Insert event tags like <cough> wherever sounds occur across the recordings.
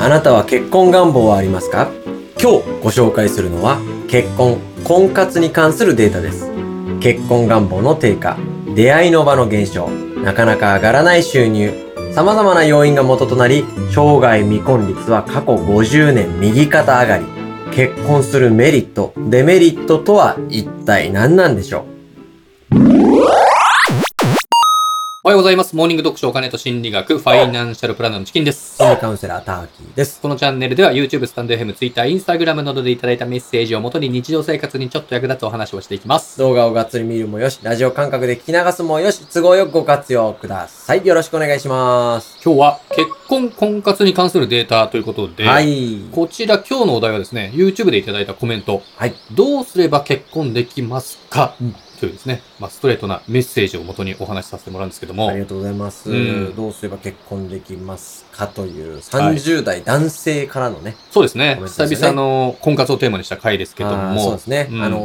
あなたは結婚願望はありますか今日ご紹介するのは結婚、婚活に関するデータです。結婚願望の低下、出会いの場の減少、なかなか上がらない収入、様々な要因が元となり、生涯未婚率は過去50年右肩上がり。結婚するメリット、デメリットとは一体何なんでしょうおはようございます。モーニング読書お金と心理学、ファイナンシャルプランナーのチキンです。心理カウンセラーターキーです。このチャンネルでは YouTube、スタンド FM、Twitter、Instagram などでいただいたメッセージをもとに日常生活にちょっと役立つお話をしていきます。動画をがっつり見るもよし、ラジオ感覚で聞き流すもよし、都合よくご活用ください。よろしくお願いします。今日は結婚婚活に関するデータということで、はい。こちら今日のお題はですね、YouTube でいただいたコメント、はいどうすれば結婚できますか、うんというですね、まあ、ストレートなメッセージをもとにお話しさせてもらうんですけども、ありがとうございます。うんどうすれば結婚できますかというはい30代男性からのね。そうですねコメント久ですね々の婚活をテーマにした回ですけどあーそうもで、すね。うんあの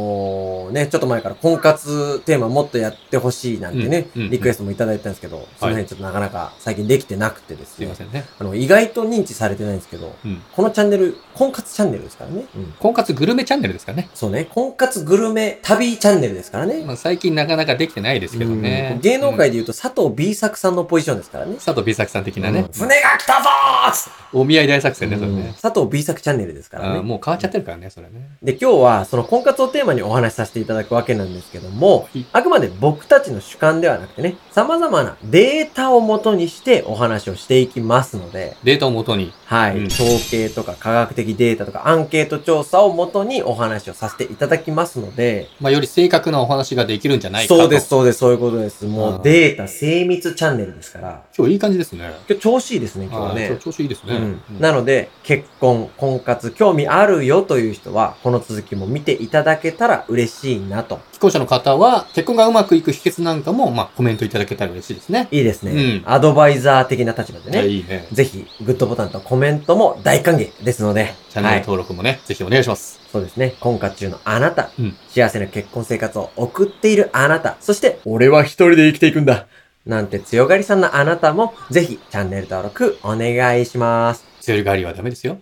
ーね、ちょっと前から婚活テーマもっとやってほしいなんてね、うんうんリクエストもいただいたんですけど、その辺ちょっとなかなか最近できてなくてですすいねま。せんね。あの、意外と認知されてないんですけど、うんこのチャンネル、婚活チャンネルですからね。うん婚活グルメチャンネルですかね。そうね、婚活グルメ旅チャンネルですからね。まあ、最近なかなかできてないですけどうねん。芸能界で言うと佐藤 B 作さんのポジションですからね。佐藤美咲さん的なね、うん船が来たぞーっつってお見合い大作戦ね、それうんね。佐藤 B 作チャンネルですからあねー。もう変わっちゃってるからね、それね。で、今日はその婚活をテーマにお話しさせていただくわけなんですけどもはい、あくまで僕たちの主観ではなくてね、様々なデータを元にしてお話をしていきますので、データをもとに。はい、うん統計とか科学的データとかアンケート調査を元にお話をさせていただきますので、まあ、より正確なお話ができるんじゃないかと。そうです、。そうです、そういうことです。もあうーデータ精密チャンネルですから、今日いい感じですね。今日調子いいですね、今日はあーね今日。調子いいですうね。んうんなので、結婚、婚活、興味あるよという人は、この続きも見ていただけたら嬉しいなと。既婚者の方は、結婚がうまくいく秘訣なんかも、まあ、コメントいただけたら嬉しいですね。いいですね。うんアドバイザー的な立場でいやね。いいね。ぜひ、グッドボタンとコメントも大歓迎ですので。チャンネルはい。登録もね、ぜひお願いします。そうですね。婚活中のあなた、うん幸せな結婚生活を送っているあなた、そして、俺は一人で生きていくんだ。なんて強がりさんのあなたも、ぜひ、チャンネル登録お願いします。強いがりはダメですよ。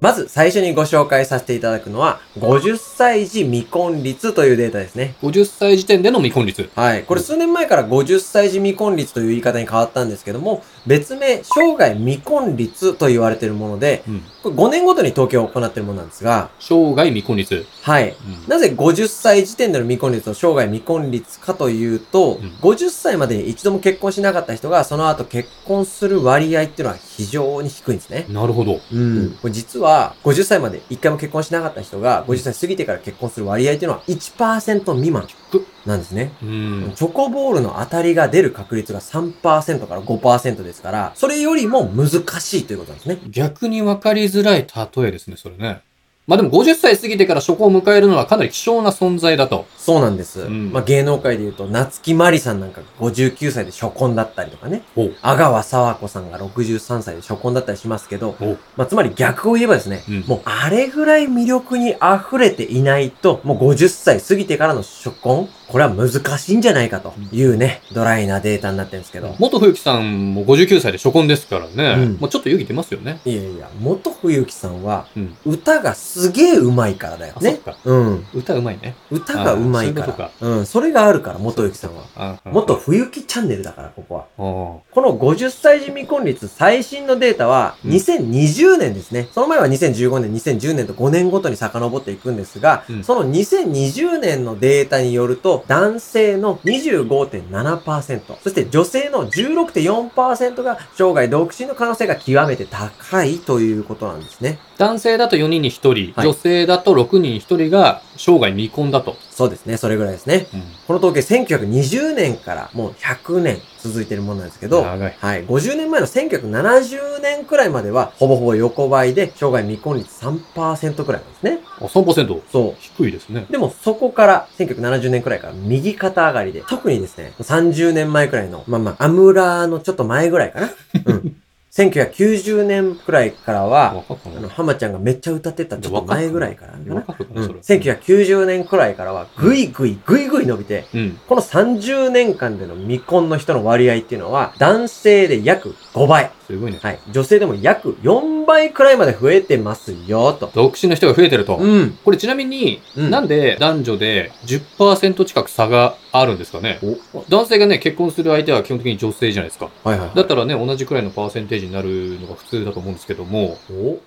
まず最初にご紹介させていただくのは、50歳時未婚率というデータですね。 50歳時点での未婚率。はい。これ数年前から50歳時未婚率という言い方に変わったんですけども、別名、生涯未婚率と言われているもので、うん。これ5年ごとに統計を行っているものなんですが、生涯未婚率。はい。うんなぜ50歳時点での未婚率と生涯未婚率かというと、うん50歳までに一度も結婚しなかった人が、その後結婚する割合っていうのは非常に低いんですね。なるほど。うん。これ実は、50歳まで一回も結婚しなかった人が、50歳過ぎてから結婚する割合っていうのは1%未満低っなんですね。うん。チョコボールの当たりが出る確率が3%から5%ですから、それよりも難しいということなんですね。逆に分かりづらい例えですね、それね。まあでも50歳過ぎてから初婚を迎えるのはかなり希少な存在だと。そうなんです。うんまあ、芸能界で言うと、夏木マリさんなんかが59歳で初婚だったりとかねお。阿川沢子さんが63歳で初婚だったりしますけど、おまあ、つまり逆を言えばですね、うんもうあれぐらい魅力に溢れていないと、もう50歳過ぎてからの初婚、これは難しいんじゃないかというね、ドライなデータになってるんですけど。元冬木さんも59歳で初婚ですからね。うんもうちょっと勇気出ますよね。いやいや、元冬樹さんはうん、歌がすげえ上手いからだよあ、そっね。か。うん。歌うまいね。歌が上手いかあーそういうことらか。うん。それがあるから、元雪さんは。あ元。冬木チャンネルだから、ここは。あーこの50歳時未婚率最新のデータはうん2020年ですね。その前は2015年、2010年と5年ごとに遡っていくんですが、うんその2020年のデータによると、男性の25.7%、そして女性の16.4%が生涯独身の可能性が極めて高いということなんですね。男性だと4人に1人、はい女性だと6人に1人が生涯未婚だと。そうですね、それぐらいですね。この統計1920年からもう100年続いてるものなんですけど、長い。はい。50年前の1970年くらいまでは、ほぼほぼ横ばいで、生涯未婚率3%くらいなんですね。あ、3%。そ低いですね。う。でも、そこから、1970年くらいから右肩上がりで、特にですね、30年前くらいの、まあまあ、アムラーのちょっと前ぐらい <laughs> かな。うん。1990年くらいからは、若くあないの、。浜ちゃんがめっちゃ歌ってたちょっと前ぐらいからかな。若くなうんいそれ。。 1990年くらいからは、ぐいぐい、ぐいぐい伸びて、うん。この30年間での未婚の人の割合っていうのは、男性で約5倍、すごいね。はい。女性でも約4倍くらいまで増えてますよ、と。独身の人が増えてると。うん。これちなみに、うんなんで男女で10%近く差があるんですかねお、男性がね、結婚する相手は基本的に女性じゃないですか。はいはい、はだっい。たらね、同じくらいのパーセンテージになるのが普通だと思うんですけども、お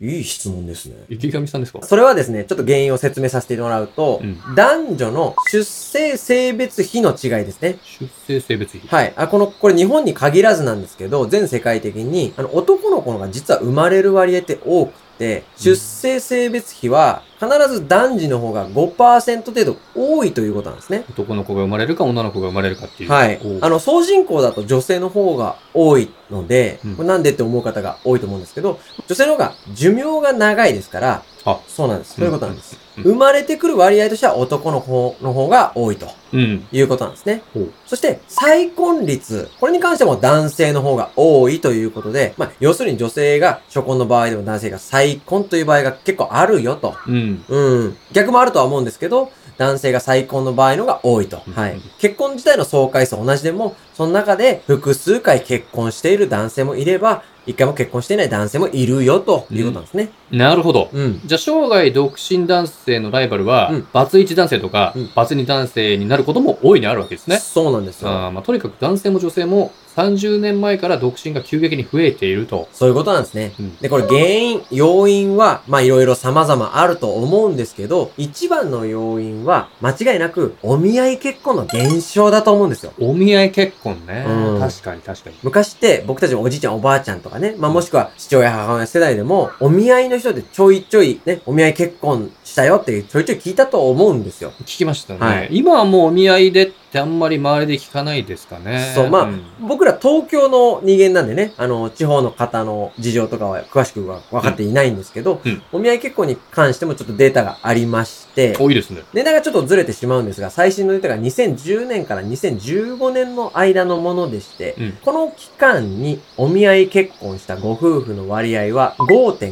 いい質問ですね。池上さんですかそれはですね、ちょっと原因を説明させてもらうと、うん男女の出生性別比の違いですね。出生性別比。はい。あ、この、これ日本に限らずなんですけど、全世界的に、あの、男の子の方が実は生まれる割合って多くて、出生性別比は必ず男児の方が5%程度多いということなんですね。男の子が生まれるか女の子が生まれるかっていう。はいこう。あの、総人口だと女性の方が多いのでうん、これなんでって思う方が多いと思うんですけど、女性の方が寿命が長いですから、あそうなんです。そういうことなんです。うん生まれてくる割合としては男の方の方が多いとうん。いうことなんですねほう。そして、再婚率。これに関しても男性の方が多いということで、まあ、要するに女性が初婚の場合でも男性が再婚という場合が結構あるよと。うん。うん。逆もあるとは思うんですけど、男性が再婚の場合のが多いと。うんはい。結婚自体の総回数同じでも、その中で複数回結婚している男性もいれば、一回も結婚していない男性もいるよということなんですね。なるほど。うん。じゃあ、生涯独身男性のライバルは、うんバツイチ男性とか、うんバツ2男性になることも大いにあるわけですね。そうなんですよ。あーまあ、とにかく男性も女性も30年前から独身が急激に増えていると。そういうことなんですね。うんで、これ原因、要因は、まあいろいろ様々あると思うんですけど、一番の要因は、間違いなく、お見合い結婚の減少だと思うんですよ。お見合い結婚ね。うん確かに確かに。昔って、僕たちもおじいちゃんおばあちゃんとかね、まあもしくは父親母親世代でも、お見合いの人でちょいちょいね、お見合い結婚したよってちょいちょい聞いたと思うんですよ。聞きましたね。はい今はもうお見合いでってあんまり周りで聞かないですかね。そうまあん僕ら東京の人間なんでね、あの、地方の方の事情とかは詳しくは分かっていないんですけど、うんうんお見合い結婚に関してもちょっとデータがありまして、多いですね。値段がちょっとずれてしまうんですが、最新のデータが2010年から2015年の間のものでして、うんこの期間にお見合い結婚したご夫婦の割合は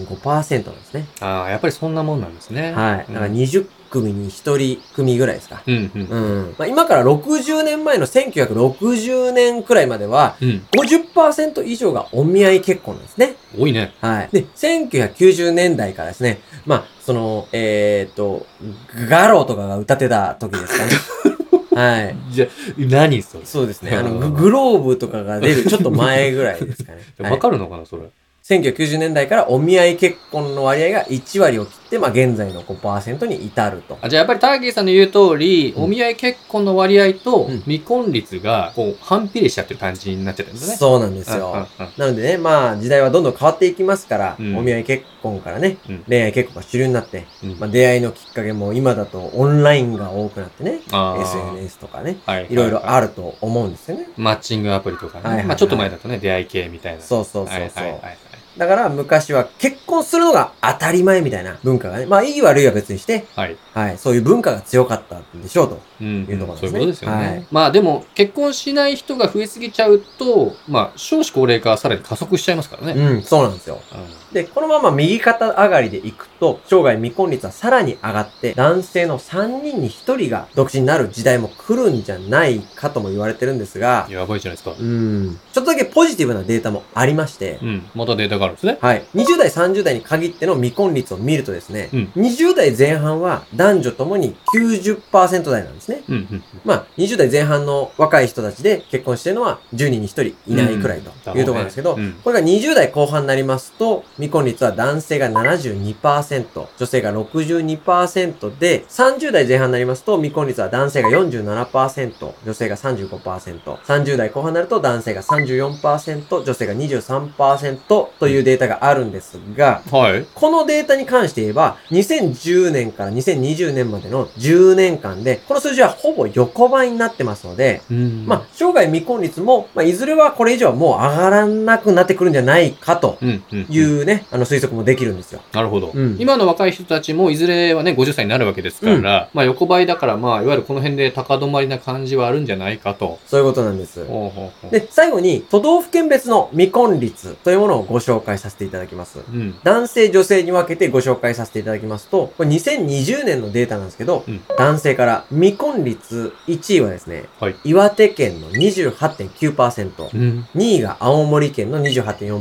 5.5%なんですね。ああ、やっぱりそんなもんなんですね。はい。だから20組に1人組ぐらいですか。うん、うん、うん。うん。まあ、今から60年前の1960年くらいまでは、うん。 50%以上がお見合い結婚なんですね。多いね。はい。で、1990年代からですね、まあ、その、えー、っと、ガロとかが歌ってた時です <laughs> かね。はい。じゃ、何それ。そうですね。あの、ググローブとかが出るちょっと前ぐらいですか <laughs> ね。はいわかるのかな、それ。 1990年代からお見合い結婚の割合が1割を切って、まあ、現在の5%に至ると。あじゃあやっぱりターゲーさんの言う通り、うんお見合い結婚の割合とうん未婚率が、こう、反比例しちゃってる感じになっちゃってるんですね。そうなんですうんうんうんよ。なのでね、まあ、時代はどんどん変わっていきますから、うんお見合い結婚からね、うん恋愛結婚が主流になって、うんまあ、出会いのきっかけも今だとオンラインが多くなってね、あー SNS とかね、はいはいろいろある。ると思うんですよね。マッチングアプリとかはいはいね。はいまあちょっと前だとね、出会い系みたいな。そうそうそうそはいはいうは。いだから昔は結婚するのが当たり前みたいな文化がね、まあいい悪いは別にして、はい。はい。はい、そういう文化が強かったんでしょうと。うんうんいうところですそういねうことですよね。はいまあでも、結婚しない人が増えすぎちゃうと、まあ少子高齢化はさらに加速しちゃいますからね。うん、そうなんですよ。うんで、このまま右肩上がりでいくと、生涯未婚率はさらに上がって、男性の3人に1人が独身になる時代も来るんじゃないかとも言われてるんですが、やばいじゃないですかう。ん、ちょっとだけポジティブなデータもありましてう、ん。またデータがあるんですね。はい。20代、30代に限っての未婚率を見るとですね、うん20代前半は男女ともに90%台なんですね。うんうん。まあ、20代前半の若い人たちで結婚してるのは10人に1人いないくらいとだろいうところなんですけど、うねうんこれが20代後半になりますと、未婚率は男性が72%、女性が62%で、30代前半になりますと、未婚率は男性が47%、女性が35%、30代後半になると男性が34%、女性が23%というデータがあるんですが、はい。このデータに関して言えば、2010年から2020年までの10年間で、この数字はほぼ横ばいになってますので、うんまあ、生涯未婚率も、まあ、いずれはこれ以上はもう上がらなくなってくるんじゃないかとうんうんうん。いうね、あの推測もできるんですよ。なるほど、うん今の若い人たちもいずれはね、50歳になるわけですから、うんまあ横ばいだから、まあいわゆるこの辺で高止まりな感じはあるんじゃないかと。そういうことなんです。ほうほうほうで、最後に、都道府県別の未婚率というものをご紹介させていただきます。うん。男性、女性に分けてご紹介させていただきますと、これ2020年のデータなんですけど、うん男性から未婚率1位はですね、はい岩手県の28.9%、うん。 2位が青森県の28.4%、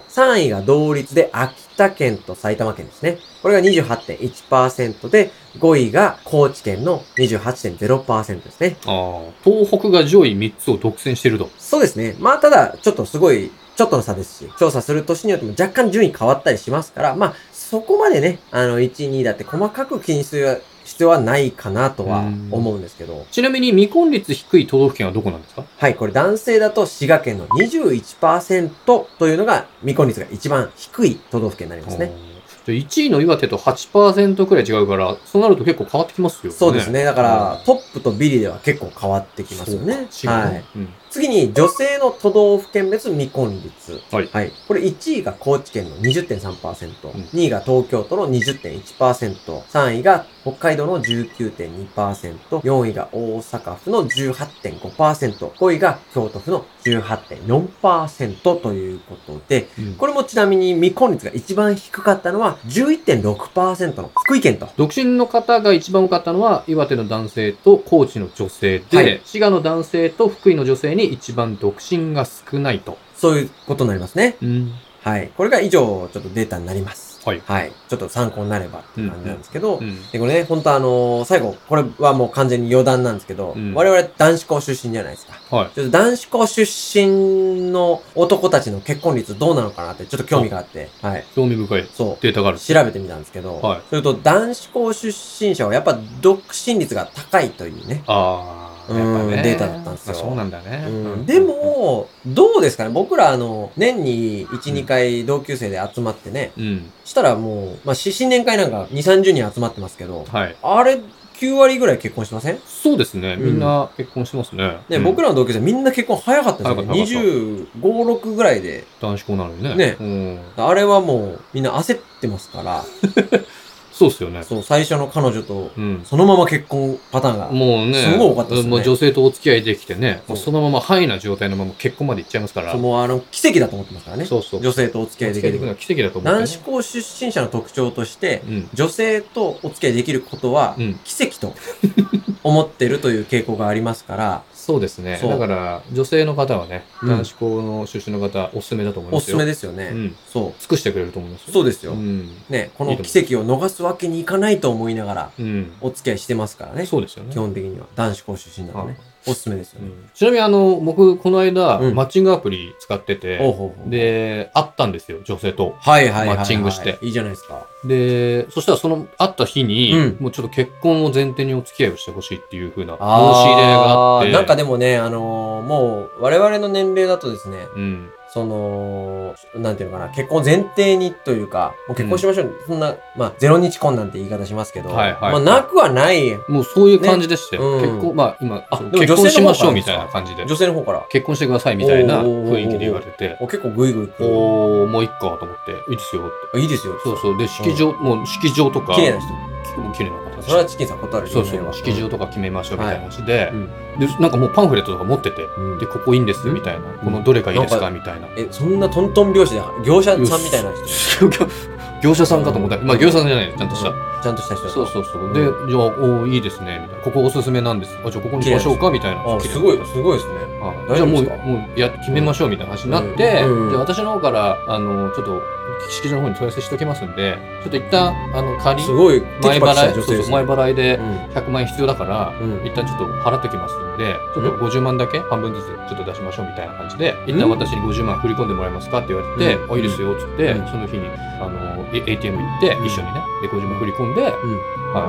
3位が同率で秋田県と埼玉県ですね。これが28.1%で、5位が高知県の28.0%ですね。ああ、東北が上位3つを独占してると。そうですね。まあただ、ちょっとすごい、ちょっとの差ですし、調査する年によっても若干順位変わったりしますから、まあそこまでね、あの、1、2だって細かく気にする必要はないかなとは思うんですけど、ちなみに未婚率低い都道府県はどこなんですかはい、これ男性だと滋賀県の21%というのが未婚率が一番低い都道府県になりますね。あー。1位の岩手と8%くらい違うから、そうなると結構変わってきますよね。そうですね。だから、うんトップとビリでは結構変わってきますよね。そうか違はうねい。うん次に、女性の都道府県別未婚率。はいこれ1位が高知県の20.3%、うん2位が東京都の20.1%、3位が北海道の19.2%、4位が大阪府の18.5%、5位が京都府の18.4%ということで、うんこれもちなみに未婚率が一番低かったのは11.6%の福井県と独身の方が一番多かったのは、岩手の男性と高知の女性で、はい滋賀の男性と福井の女性に一番独身が少ないと。そういうことになりますね。うん。はい。これが以上、ちょっとデータになります。はいはい。ちょっと参考になればっていう感じなんですけど、うん。で、これね、本当あのー最後、これはもう完全に余談なんですけど、うん我々男子校出身じゃないですか。はい。ちょっと男子校出身の男たちの結婚率どうなのかなってちょっと興味があって、はい。興味深いそう。データがある。調べてみたんですけど、はいそれと男子校出身者はやっぱ独身率が高いというね。ああ、やっぱうね。んデータだったんですよまあそうなんだね。うん、で、も、どうですかね僕らあの、年に1、2回同級生で集まってね、うん。したらもう、まあ、し新年会なんか2、30人集まってますけど、はい。あれ、9割ぐらい結婚してませんそうですね。うんみんな結婚してますね。ね、うん僕らの同級生みんな結婚早かったですよね。早かっ25、た6ぐらいで。男子校なのにね。ねうん。あれはもうみんな焦ってますから、そうっすよね。そう、最初の彼女とうん。そのまま結婚パターンが。もうね、すごい多かったっすねもう女性とお付き合いできてね、そそうのままハイな状態のまま結婚までいっちゃいますから。そうもうあの、奇跡だと思ってますからね。そうそう。女性とお付き合いできお付き合いできるのはる。奇跡だと思う、男子校出身者の特徴として、うん。女性とお付き合いできることはうん奇跡と思ってるという傾向があります <laughs> から、そうですね。そうだから、女性の方はね、うん男子校の出身の方、おすすめだと思いおますすすよ。めすですよね。うん。そ尽くしてくれると思いますう。よ。そうですよ。うん。ね、この奇跡を逃すわけにいかないと思いながらうん。お付き合いしてますからね。そうですよね。基本的には。男子校出身だとね。おすすめですようね。んちなみに、あの、僕、この間、うんマッチングアプリ使っておうて、ほうほう、で、会ったんですよ、女性と。はいはいはいはい。マッチングして。いいじゃないですか。で、そしたらその会った日に、うんもうちょっと結婚を前提にお付き合いをしてほしいっていう風な申し入れがあって、なんかでもね、あのーもう、我々の年齢だとですね、うん、その、なんていうのかな、結婚前提にというか、もう結婚しましょう。そんな、まあ、ゼロ日婚なんて言い方しますけど、はいはいまあ、なくはないもうそういう感じでしたよ。ねうん結婚、まあ今、あそうでも結女婚性しの方ましょからうでみすかたいな感じで、女性の方から。結婚してくださいみたいなおー雰囲気で言われて、お結構グイグイ来るおー、もういっかと思って、いいですよって。あいいですよ。そうそう。で、式場、もう式場とか、綺麗な人。もう綺麗な方でそしれはチキンさん断るそうそう、式場とか決めましょうみたいな話で、うんで、なんかもうパンフレットとか持ってて、うんで、ここいいんですみたいな、このどれがいいですかみたいな。え、そんなトントン拍子で、業者さんみたいな人。人 <laughs> 業者さんかと思った。まあ業者さんじゃないです、ちゃんとした。ちゃんとした人。そうそうそう。で、じゃあ、おーいいですね、みたいな。ここおすすめなんです。あ、じゃあここにしましょうか、みたいな。あ、綺す麗なごい、すごいですね。はい大じ丈夫でゃあもすう、かもうや決めましょうみたいな話になって、うんうんで私の方から、あの、ちょっと、式場の方に問い合わせしておきますんで、ちょっと一旦、あの、仮、すごい、前テキパキした払女い、そ性うそでうすね前払いでう100万円必要だから、んうん一旦ちょっと払ってきますんで、ちょっと50万だけ半分ずつちょっと出しましょうみたいな感じで、一旦私に50万振り込んでもらえますかって言われて、うんあ、いいですよ、つって、うんその日に、あの、A- ATM 行って、うん一緒にね、で、50万振り込んで、んは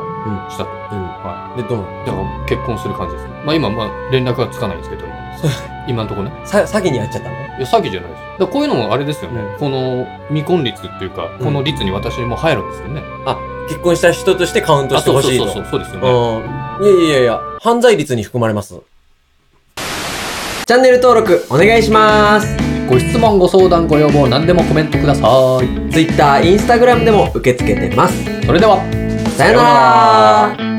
い、したと。はうん。で、どうなのい。だから結婚する感じですね。まあ今、まあ連絡はつかないんですけど、 <laughs> 今今のところね。さ、詐欺にやっちゃったのいや、詐欺じゃないです。だからこういうのもあれですよね。うんこの未婚率っていうか、この率に私も入るんですよね。結婚した人としてカウントあ、してそほうそしういと。そうそう、そうですよね。うん。いやいやいや、犯罪率に含まれます。チャンネル登録お願いします。ご質問、ご相談、ご要望、何でもコメントください。 Twitter、Instagram でも受け付けてます。それでは。さよなら